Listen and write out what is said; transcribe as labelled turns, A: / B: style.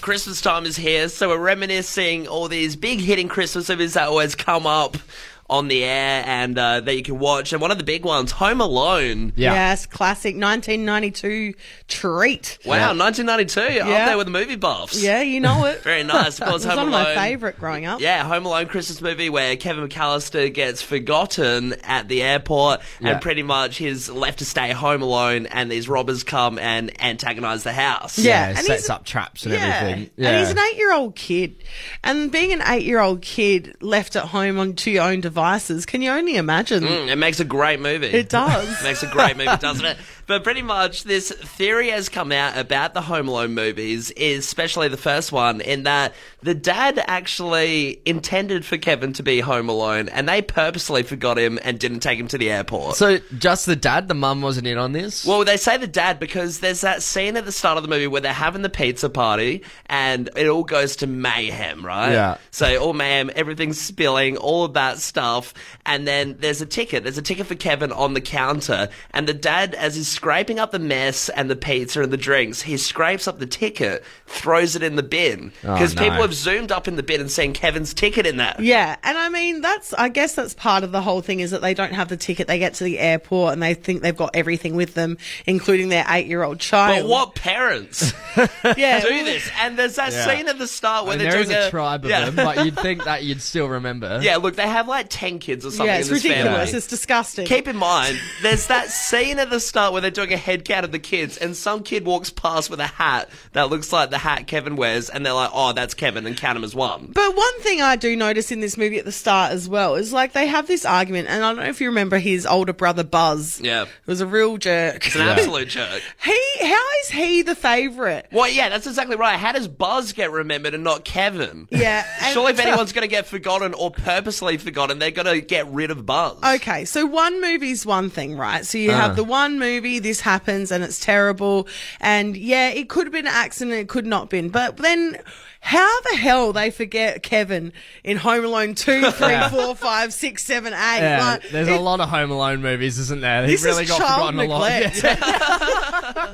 A: Christmas time is here, so we're reminiscing all these big hitting Christmas movies that always come up on the air and uh, that you can watch. And one of the big ones, Home Alone.
B: Yes, classic 1992 treat.
A: Wow, 1992. Up
B: Yeah.
A: there with the movie buffs.
B: Yeah, you know it.
A: Very nice. Of
B: It
A: course,
B: was
A: Home
B: one of
A: Alone.
B: my favourite growing up.
A: Yeah, Home Alone Christmas movie where Kevin McAllister gets forgotten at the airport
C: Yeah.
A: and pretty much he's left to stay home alone and these robbers come and antagonize the house.
B: Yeah,
C: Yeah,
B: and
C: sets
B: he's-
C: up traps and
B: Yeah.
C: everything. Yeah.
B: And he's an eight year old kid. And being an eight year old kid left at home on to your own devices, can you only imagine?
A: Mm, It makes a great movie.
B: It does.
A: makes a great movie, doesn't it? But pretty much this theory has come out about the Home Alone movies, especially the first one, in that the dad actually intended for Kevin to be home alone and they purposely forgot him and didn't take him to the airport.
C: so just the dad, the mum wasn't in on this.
A: Well, they say the dad because there's that scene at the start of the movie where they're having the pizza party and it all goes to mayhem, right?
C: Yeah.
A: So all mayhem, everything's spilling, all of that stuff, and then there's a ticket. There's a ticket for Kevin on the counter, and the dad, as he's scraping up the mess and the pizza and the drinks, he scrapes up the ticket, throws it in the bin because
C: Oh, no.
A: people have zoomed up in the bin and seen Kevin's ticket in there.
B: Yeah, and I mean that's I guess that's part of the whole thing is that they don't have the ticket. They get to the airport and they think they've got everything with them, including their eight-year-old child.
A: But what parents
B: Yeah,
A: do this? And there's that
C: Yeah.
A: scene at the start where
C: And
A: they're
C: there is
A: doing
C: a tribe of
A: Yeah.
C: them, but you'd think that you'd still remember.
A: Yeah, look, they have like 10 kids or something
B: Yeah, it's
A: in this
B: ridiculous.
A: family.
B: It's disgusting.
A: Keep in mind, there's that scene at the start where they're doing a head count of the kids, and some kid walks past with a hat that looks like the hat Kevin wears, and they're like, oh, that's Kevin, and count him as one.
B: But one thing I do notice in this movie at the start as well is like they have this argument, and I don't know if you remember his older brother Buzz.
A: Yeah.
B: who was a real jerk.
A: It's an absolute jerk.
B: He, how is he the favorite?
A: Well, yeah, that's exactly right. How does Buzz get remembered and not Kevin?
B: Yeah, and-
A: Surely if anyone's going to get forgotten or purposely forgotten, they're going to get rid of Buzz.
B: Okay, so one movie's one thing, right? So you have the one movie, this happens and it's terrible, and yeah, it could have been an accident, it could not have been, but then how the hell they forget Kevin in Home Alone two, three, four, five, six, seven, eight?
C: Yeah,
B: Like,
C: there's
B: it-
C: a lot of Home Alone movies, isn't there? He
B: This
C: really
B: is
C: got
B: child
C: forgotten a lot.
B: neglect.
C: Yeah.